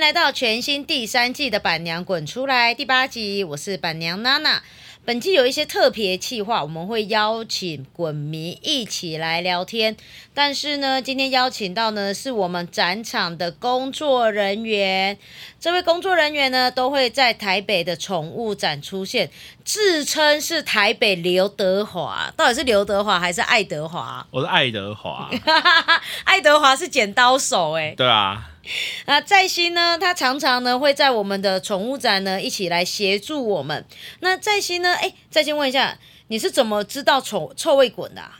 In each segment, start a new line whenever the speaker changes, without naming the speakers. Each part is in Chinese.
哎到全新第三季的《板娘滚出来》第八集，我是板娘娜娜。本季有一些特别企划，我们会邀请滚迷一起来聊天。但是呢，今天邀请到呢是我们展场的工作人员，这位工作人员呢都会在台北的宠物展出现，自称是台北刘德华，到底是刘德华还是爱德华？
我是爱德华，
爱德华是剪刀手哎、
对啊，
那在心呢，他常常呢会在我们的宠物展呢一起来协助我们。那在心呢，哎，在心问一下，你是怎么知道臭臭味滚的、啊？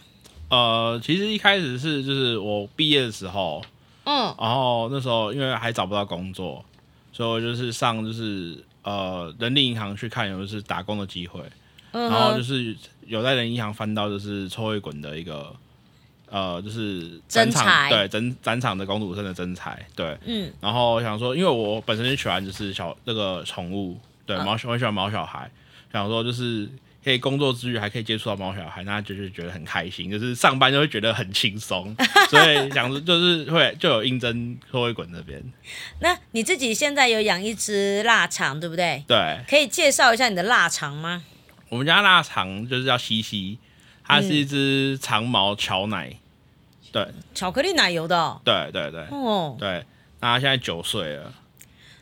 呃，其实一开始是就是我毕业的时候，
嗯，
然后那时候因为还找不到工作，所以我就是上就是呃人力银行去看有没有是打工的机会，
嗯
然后
哼，
就是有在人力银行翻到就是臭味滚的一个。呃，就是
征
展场
才
对展展场的公主生的真才对，
嗯，
然后我想说，因为我本身就喜欢就是小那个宠物，对毛小，我很喜欢毛小孩，想说就是可以工作之余还可以接触到毛小孩，那就是觉得很开心，就是上班就会觉得很轻松，所以想说就是会就有应征社会滚那边，
那你自己现在有养一只腊肠，对不对？
对
可以介绍一下你的腊肠吗？
我们家腊肠就是叫西西，它是一只长毛乔奶，对
巧克力奶油的哦。
对对对
哦，
对，那它现在九岁了。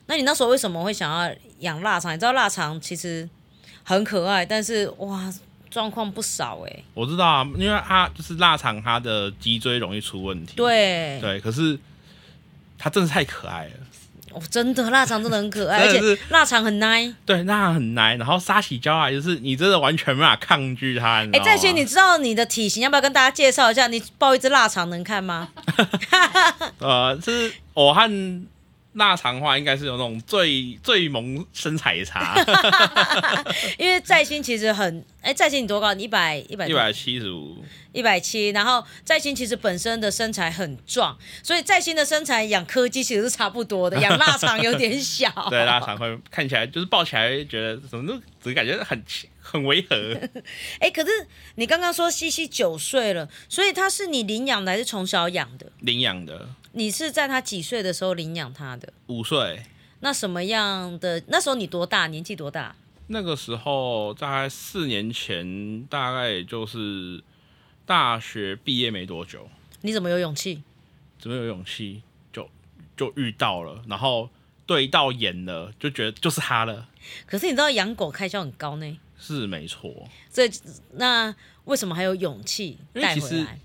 那你那时候为什么会想要养腊肠？你知道腊肠其实很可爱，但是哇，状况不少哎、
我知道啊，因为它就是腊肠，它的脊椎容易出问题。
对，
对，可是它真的太可爱了。
哦，真的腊肠真的很可爱，而
真
且
的是
腊肠很 nice。
对，那很难。然后撒起娇啊，就是你真的完全没法抗拒它。哎
哎、在轩，你知道你的体型，要不要跟大家介绍一下？你抱一只腊肠能看 吗？
呃，就是我和腊肠的话，应该是有那种最最萌身材差，
因为在心其实很，哎、在心你多高？你一百一百
一百七十五。。
一百七，然后在心其实本身的身材很壮，所以在心的身材养柯基其实是差不多的，养腊肠有点 小
对，腊肠会看起来就是抱起来会觉得怎么都只感觉很奇很违和。
哎、可是你刚刚说西西九岁了，所以他是你领养的还是从小养的？
领养的
你是在他几岁的时候领养他的？
五岁，
那什么样的？那时候你多大？年纪多大？
那个时候大概四年前，大概也就是大学毕业没多久。
你怎么有勇气？
怎么有勇气就就遇到了，然后对到眼了，就觉得就是他了，
可是你知道养狗开销很高呢。
是没错。
这那为什么还有勇气
因为
带
其
回
实
来？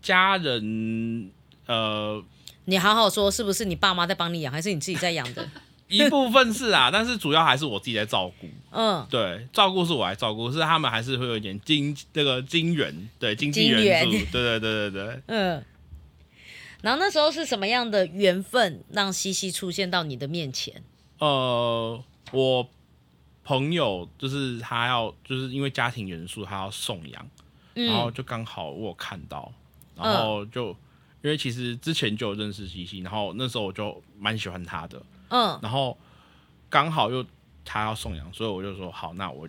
家人呃
你好好说，是不是你爸妈在帮你养，还是你自己在养的？
一部分是啊，但是主要还是我自己在照顾。
嗯，
对，照顾是我来照顾，是他们还是会有一点经那个经援，对经济
金
援助，
援
对对对对对。
嗯。然后那时候是什么样的缘分让西西出现到你的面前？
呃，我朋友就是他要就是因为家庭元素，他要送养。然后
嗯，
就刚好我有看到，
嗯
然后就、因为其实之前就有认识西西，然后那时候我就蛮喜欢他的，
嗯，
然后刚好又他要送养，所以我就说好，那我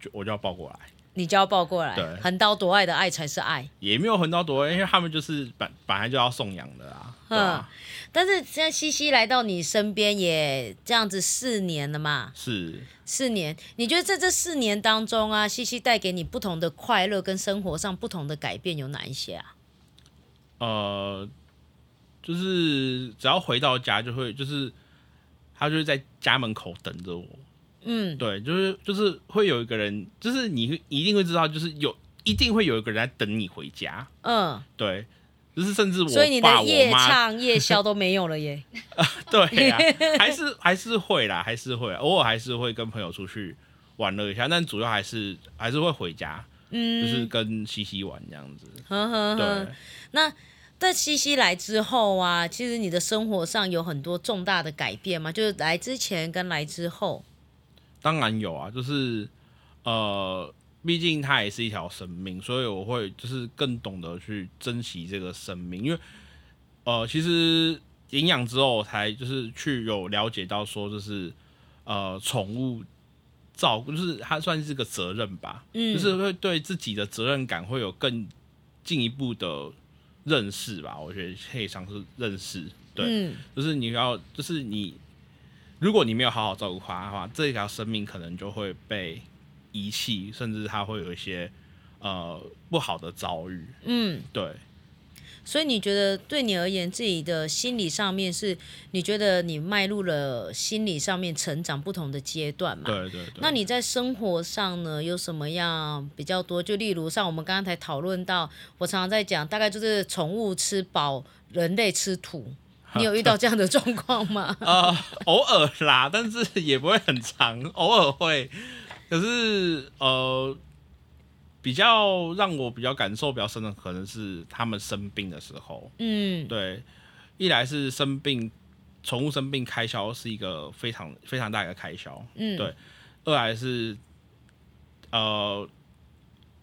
就我就要抱过来，
你就要抱过来
对，
横刀夺爱的爱才是爱。
也没有横刀夺爱，因为他们就是本本来就要送养的啦，对啊
但是现在西西来到你身边也这样子四年了嘛，
是
四年，你觉得在这四年当中啊，西西带给你不同的快乐跟生活上不同的改变有哪一些啊？
呃，就是只要回到家就会就是他就会在家门口等着我，
嗯，
对，就是就是会有一个人，就是你一定会知道，就是有一定会有一个人在等你回家。
嗯，
对，就是甚至我
所以你
爸
的
我
夜
妈，
唱、夜宵都没有了耶。
对啊，还是还是会啦，还是会啊偶尔还是会跟朋友出去玩乐一下，但主要还是还是会回家，就
嗯，
是跟西西玩这样子。
呵呵呵。
对，
那在西西来之后啊，其实你的生活上有很多重大的改变嘛，就是来之前跟来之后。
当然有啊，就是呃，毕竟它也是一条生命，所以我会就是更懂得去珍惜这个生命，因为呃，其实领养之后我才就是去有了解到说，就是呃，宠物照顾就是它算是个责任吧，
嗯
就是会对自己的责任感会有更进一步的认识吧，我觉得可以尝试认识，对，
嗯
就是你要，就是你，如果你没有好好照顾它的话，这条生命可能就会被遗弃，甚至它会有一些呃不好的遭遇。
嗯，
对，
所以你觉得对你而言，自己的心理上面是，你觉得你迈入了心理上面成长不同的阶段嘛？
对对对。
那你在生活上呢，有什么样比较多？就例如像我们刚刚才讨论到，我常常在讲，大概就是宠物吃饱，人类吃 土。你有遇到这样的状况吗？
呃，偶尔啦，但是也不会很长，偶尔会。可是呃，比较让我比较感受比较深的，可能是他们生病的时候。
嗯，
对，一来是生病，宠物生病开销是一个非常非常大的一个开销。
嗯
对。二来是呃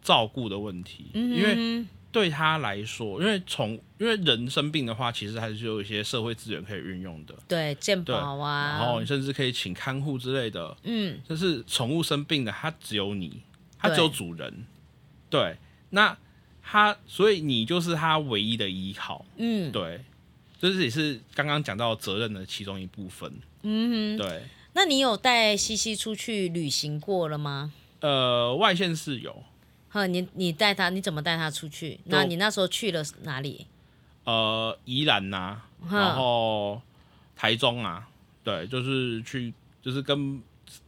照顾的问题，
嗯
因为
为
对他来说，因为宠因为人生病的话，其实还是有一些社会资源可以运用的。
对健
对
保啊，
然后你甚至可以请看护之类的。
嗯
但是宠物生病的，它只有你，它
对
只有主人。对，那它所以你就是它唯一的依靠。
嗯
对，这也是刚刚讲到责任的其中一部分。
嗯哼，
对，
那你有带西西出去旅行过了吗？
呃，外县是有，
呵，你你带他，你怎么带他出去？
就
那你那时候去了哪里？
呃，宜兰呐、
哼
然后台中啊，对，就是去就是跟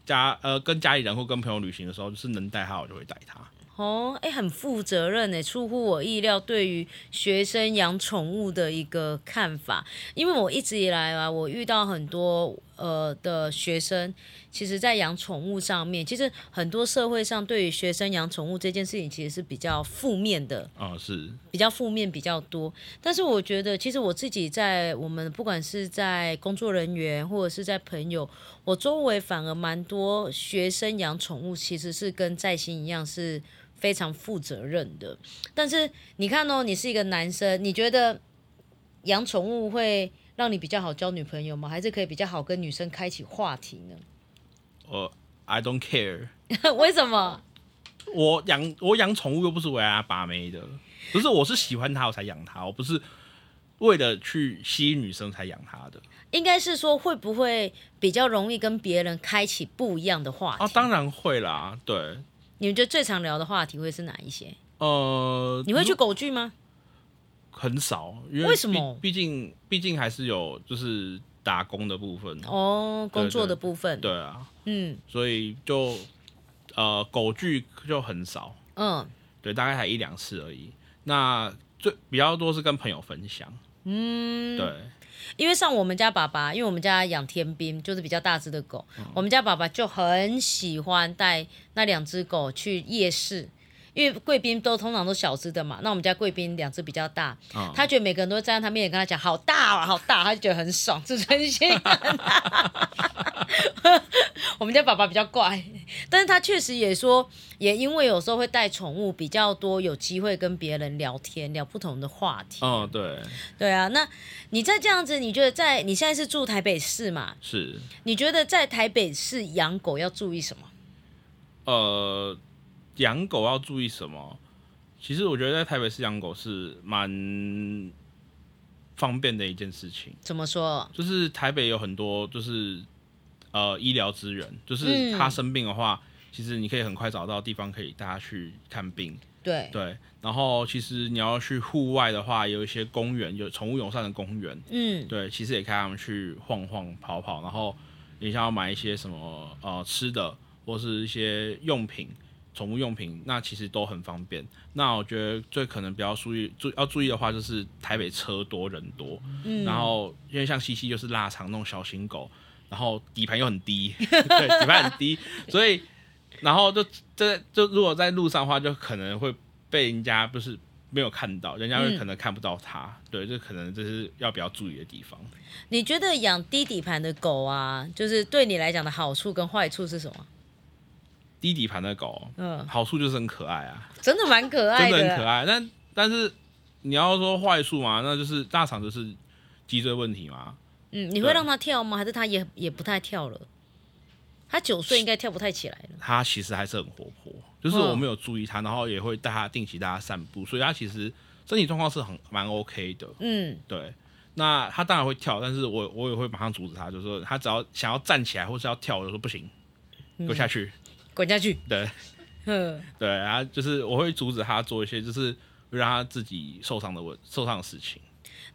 家呃跟家里人或跟朋友旅行的时候，就是能带他我就会带他。
哦，哎，很负责任哎，出乎我意料，对于学生养宠物的一个看法。因为我一直以来啊，我遇到很多呃的学生，其实在养宠物上面，其实很多社会上对于学生养宠物这件事情，其实是比较负面的。
啊、是，
比较负面比较多，但是我觉得其实我自己在我们不管是在工作人员或者是在朋友，我周围反而蛮多学生养宠物，其实是跟在心一样是非常负责任的。但是你看哦，你是一个男生，你觉得养宠物会让你比较好交女朋友吗？还是可以比较好跟女生开启话题呢？
我呃 I don't care。
为什么？
我养我养宠物又不是为了它把妹的，不是我是喜欢它我才养它，我不是为了去吸引女生才养它的。
应该是说会不会比较容易跟别人开启不一样的话题？
啊，当然会啦，对，
你们觉得最常聊的话题会是哪一些？
嗯呃，
你会去狗剧吗？
很少，因为
为什么
毕毕竟毕竟还是有就是打工的部分，
哦，工作的部分，
对啊，
嗯
所以就呃狗剧就很少，
嗯
对，大概才一两次而已。那最比较多是跟朋友分享，
嗯，
对，
因为像我们家爸爸，因为我们家养天兵，就是比较大只的狗，
嗯
我们家爸爸就很喜欢带那两只狗去夜市。因为贵宾都通常都小只的嘛，那我们家贵宾两只比较大，
嗯
他觉得每个人都会站在他面前跟他讲好大啊好 大，他就觉得很爽，自尊心 很大。我们家爸爸比较怪，但是他确实也说，也因为有时候会带宠物比较多，有机会跟别人聊天，聊不同的话题。
嗯，对，
对啊，那你在这样子，你觉得在你现在是住台北市嘛？
是。
你觉得在台北市养狗要注意什么？
呃，养狗要注意什么？其实我觉得在台北市养狗是蛮方便的一件事情，
怎么说？
就是台北有很多就是呃医疗资源，就是
嗯
他生病的话，其实你可以很快找到地方可以带他去看病，
对，
对。然后其实你要去户外的话，有一些公园，有宠物友善的公园，
嗯
对，其实也可以让他们去晃晃、跑跑，然后你想要买一些什么呃吃的，或是一些用品、宠物用品，那其实都很方便。那我觉得最可能比较注意注要注意的话，就是台北车多人多，
嗯，
然后因为像西西就是腊肠那种小型狗，然后底盘又很低，对，底盘很低，所以然后就这就如果在路上的话，就可能会被人家不是。没有看到，人家会
嗯
可能看不到它，对，这可能这是要比较注意的地方。
你觉得养低底盘的狗啊，就是对你来讲的好处跟坏处是什么？
低底盘的狗，
嗯，
好处就是很可爱啊，
真的蛮可爱
真的
的，
很可爱。但但是你要说坏处嘛，那就是大厂就是脊椎问题嘛。
嗯，你会让它跳吗？还是它也也不太跳了？它九岁应该跳不太起来了。
它其实还是很活泼，就是
嗯
我没有注意它，然后也会带它定期带它散步，所以它其实身体状况是很蛮 OK 的。
嗯，
对，那他当然会跳，但是我我也会马上阻止他，就是说他只要想要站起来或是要跳，我就说不行，给我下去。
滚下去。
对
嗯，
对，然后就是我会阻止他做一些就是让他自己受伤的问受伤的事情。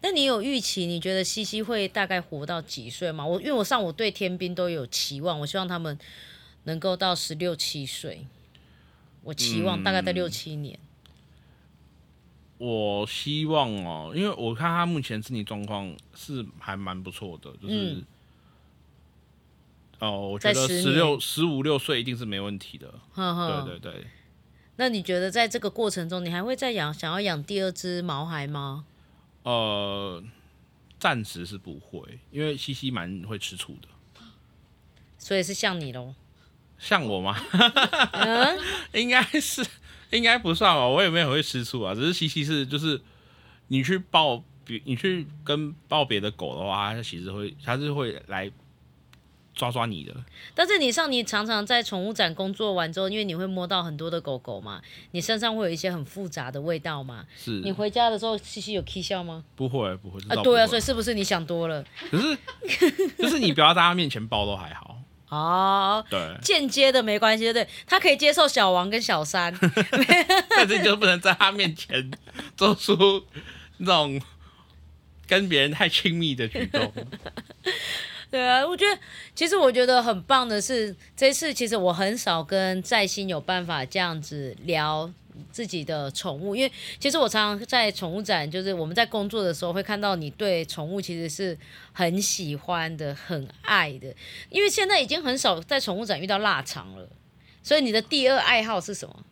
那你有预期？你觉得西西会大概活到几岁吗？我因为我上我对天兵都有期望，我希望他们能够到十六七岁。我期望大概在六七年。
我希望哦，因为我看他目前身体状况是还蛮不错的，就是、哦，我
在
觉得
10
十六、十五六岁一定是没问题的。
呵呵，
对对对，
那你觉得在这个过程中，你还会再养想要养第二只毛孩吗？
呃，暂时是不会，因为西西蛮会吃醋的。
所以是像你喽。
像我吗？
嗯
应该是，应该不算吧。我也没有很会吃醋啊，只是西西是就是你去抱别，你去跟抱别的狗的话，它其实会，它是会来抓抓你的。
但是你像你常常在宠物展工作完之后，因为你会摸到很多的狗狗嘛，你身上会有一些很复杂的味道嘛。
是
你回家的时候，西西有 k 笑吗？
不会不会，知
啊
道，不
对啊，
会
所以是不是你想多了？
可是就是你不要在他面前抱都还好，
哦，，
对
间接的没关系，对不对？他可以接受小王跟小三，
但是你就不能在他面前做出那种跟别人太亲密的举动。
对啊，我觉得其实我觉得很棒的是，这次其实我很少跟在心有办法这样子聊自己的宠物，因为其实我常常在宠物展，就是我们在工作的时候会看到你对宠物其实是很喜欢的、很爱的，因为现在已经很少在宠物展遇到腊肠了，所以你的第二爱好是什么？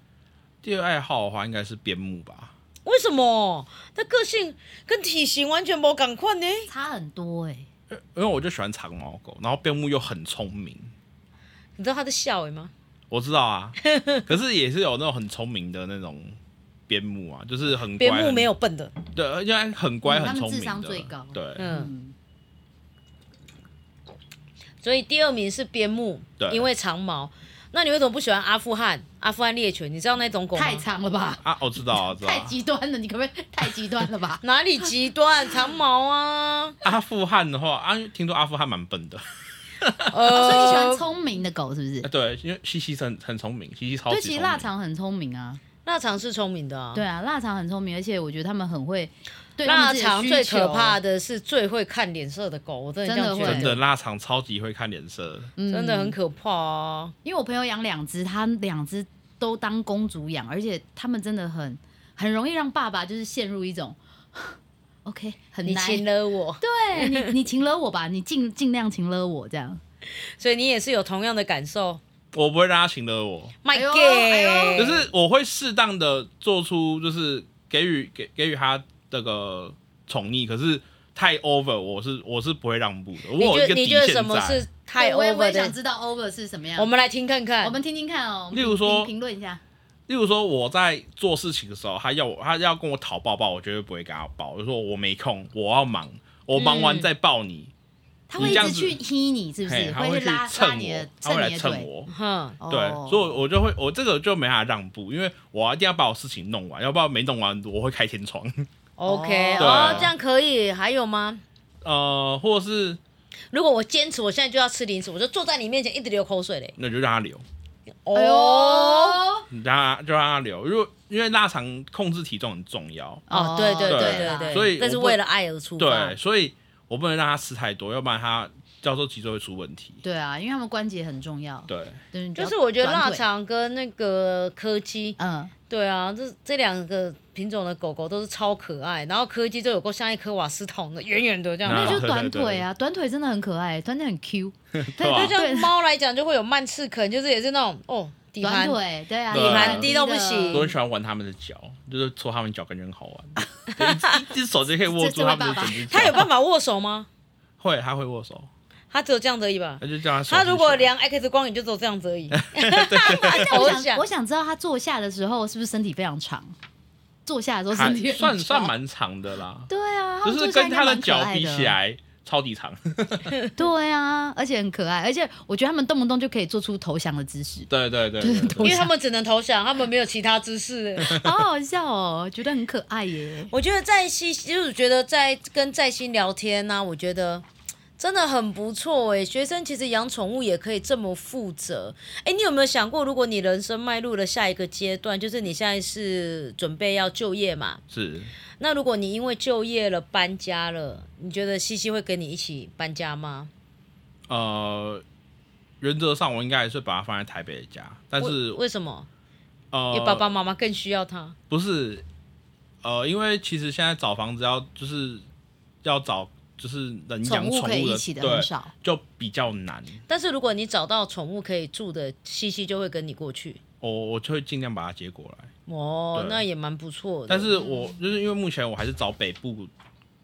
第二爱好的话，应该是边牧吧。
为什么？它个性跟体型完全无赶快呢？
差很多哎、
因为我就喜欢长毛狗，然后边牧又很聪明，
你知道它的笑尾吗？
我知 道啊，可是也是有那种很聪明的那种边牧啊，就是很乖，
边牧
很
没有笨的，
对，而且很乖
嗯他
很
们
聪
智
明
商
的
最高
对
嗯。
嗯，
所以第二名是边牧，
对
因为长毛。那你为什么不喜欢阿富汗、阿富汗猎犬？你知道那种狗吗？？
太长了吧，
啊，我知道啊，我知道
太
啊。
极端了，你可不可以太极端了吧
哪里极端？长 毛啊，
阿富汗的话，啊，听说阿富汗蛮笨的，
哦所以你喜
呃
欢，聪明的狗是不是
啊？对，因为西西很很聪明，西西超级
对，
聪
其
明。
实腊肠很聪明啊，
腊肠是聪明的啊。
对，啊，腊肠很聪明，而且我觉得他们很会对他们
腊
自己
肠最可怕
的啊
的是最会看脸色的狗，我真的这样觉
对
真
得，
的腊肠超级会看脸色，
需求，
真的
嗯
很可怕啊。
因为我朋友养两只，他两只都当公主养，而且他们真的很很容易让爸爸就是陷入一种 OK 很
你
难，
亲了我，
对你 你请了我吧，你尽尽量请了我这样。
所以你也是有同样的感受。
我不会让他请了我，
My
哎呦哎
gay，
呦
可是我会适当的做出就是给予给给予他这个宠溺，可是太 over，我是我是不会让步的。
你
我
觉
有
得
一个
你
底
觉得
线
什么
在。
是太
我也我
over
也想
的？
知道 over 是什么样，
我们来听看看。
我们听听看哦。
例如说
评评论一下，
例如说我在做事情的时候，他要我他要跟我讨抱抱，我绝对不会给他抱，我就说我没空，我要忙，我忙完再抱你。
他会
你
一
这样
直
子
去踢你，是不
嘿
是？
他
会
会
去
去
拉拉
蹭
你的
我，他会来
你的
蹭
腿。
我。
哼，
对，
哦
所以我就会，我这个就没法让步，因为我一定要把我事情弄完，要不然没弄完我会开天窗。
OK，
对
哦，这样可以。还有吗？
呃，或者是
如果我坚持，我现在就要吃零食，我就坐在你面前一直流口水嘞。
那就让他留，
哎呦，
哦，
你让他就让他留，因为因为腊肠控制体重很重要，
哦，对对
对
对对
啦
对，
所以
但是啊
我不
为了爱而出发
对，，所以我不能让他吃太多，要不然他到时候脊椎会出问题。
对啊，因为他们关节很重要。
对，
对，
就
就是
我觉得腊，肠跟那个柯基，
嗯，
对啊，这这两个品种的狗狗都是超可爱，然后柯基就有够像一颗瓦斯桶的，圆圆的这样。
啊
那就是
对
短
对对
腿啊，短腿真的很可爱，短腿很 Q。
对
啊
啊吧
那像猫来讲，就会有慢刺啃，就是也是那种哦底
短
盘。
腿，对啊，
底盘
低到不行
我很喜欢玩他们的脚，就是搓他们脚，感觉很好玩。对一只一只手就可以握住他们的整只脚。
它有办法握手吗？
会，他会握手，
它只有这样子而已吧。
那就叫他手举起来。
它如果量 X 光也就只有这样子 而已。
我
我
想，我想知道他坐下的时候是不是身体非常长？坐下的时候
还
身体很
算
长
算蛮长的啦，
对啊，
就
们
是
坐下
跟
应该
他的
蛮可
脚
爱
比起来，超级长，
对啊，而且很可爱，而且我觉得他们动不动就可以做出投降的姿 势，
对对对对
对
对
因为他们只能投降，他们没有其他姿势。
好好笑哦，觉得很可爱耶。
我觉得在心就是觉得在跟在心聊天呢、我觉得真的很不错哎。学生其实养宠物也可以这么负责哎。你有没有想过，如果你人生迈入了下一个阶段，就是你现在是准备要就业嘛？
是
那如果你因为就业了搬家了，你觉得西西会跟你一起搬家吗？
呃，原则上我应该还是把它放在台北的家，但是
为为什么？因为
呃，
爸爸妈妈更需要它。
不是，呃，因为其实现在找房子要就是要找就是能
宠
养
物
宠
可以
物
一
的，
起的很
对，
少，
就比较难。
但是如果你找到宠物可以住的，西西就会跟你过去。
我我就会尽量把它接过来，
哦，
对
那也蛮不错的。
但是我就是因为目前我还是找北部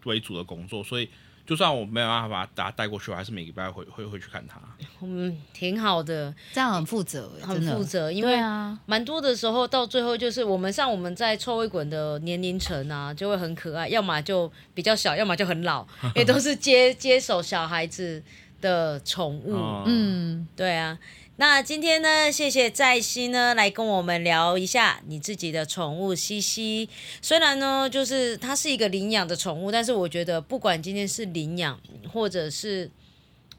为主的工作，所以就算我没有办法把它带过去，我还是每个礼拜会会会去看它。
嗯，挺好的，
这样很负责耶，
很
真的
负责，因
对
为
啊，
蛮多的时候，到最后就是我们像我们在臭味滚的年龄层啊，就会很可爱，要么就比较小，要么就很老，也都是接接手小孩子的宠物。
哦，
嗯，
对啊，那今天呢，谢谢在西呢来跟我们聊一下你自己的宠物西西。虽然呢，就是它是一个领养的宠物，但是我觉得不管今天是领养或者是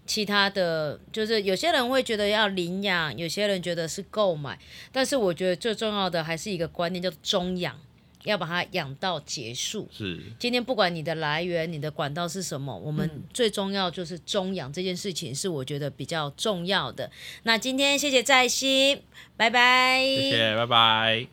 其他的，就是有些人会觉得要领养，有些人觉得是购买，但是我觉得最重要的还是一个观念，叫做中养，要把它养到结束。
是
今天不管你的来源、你的管道是什么，我们最重要就是中养这件事情是我觉得比较重要的。那今天谢谢在心，拜拜，
谢谢，拜拜。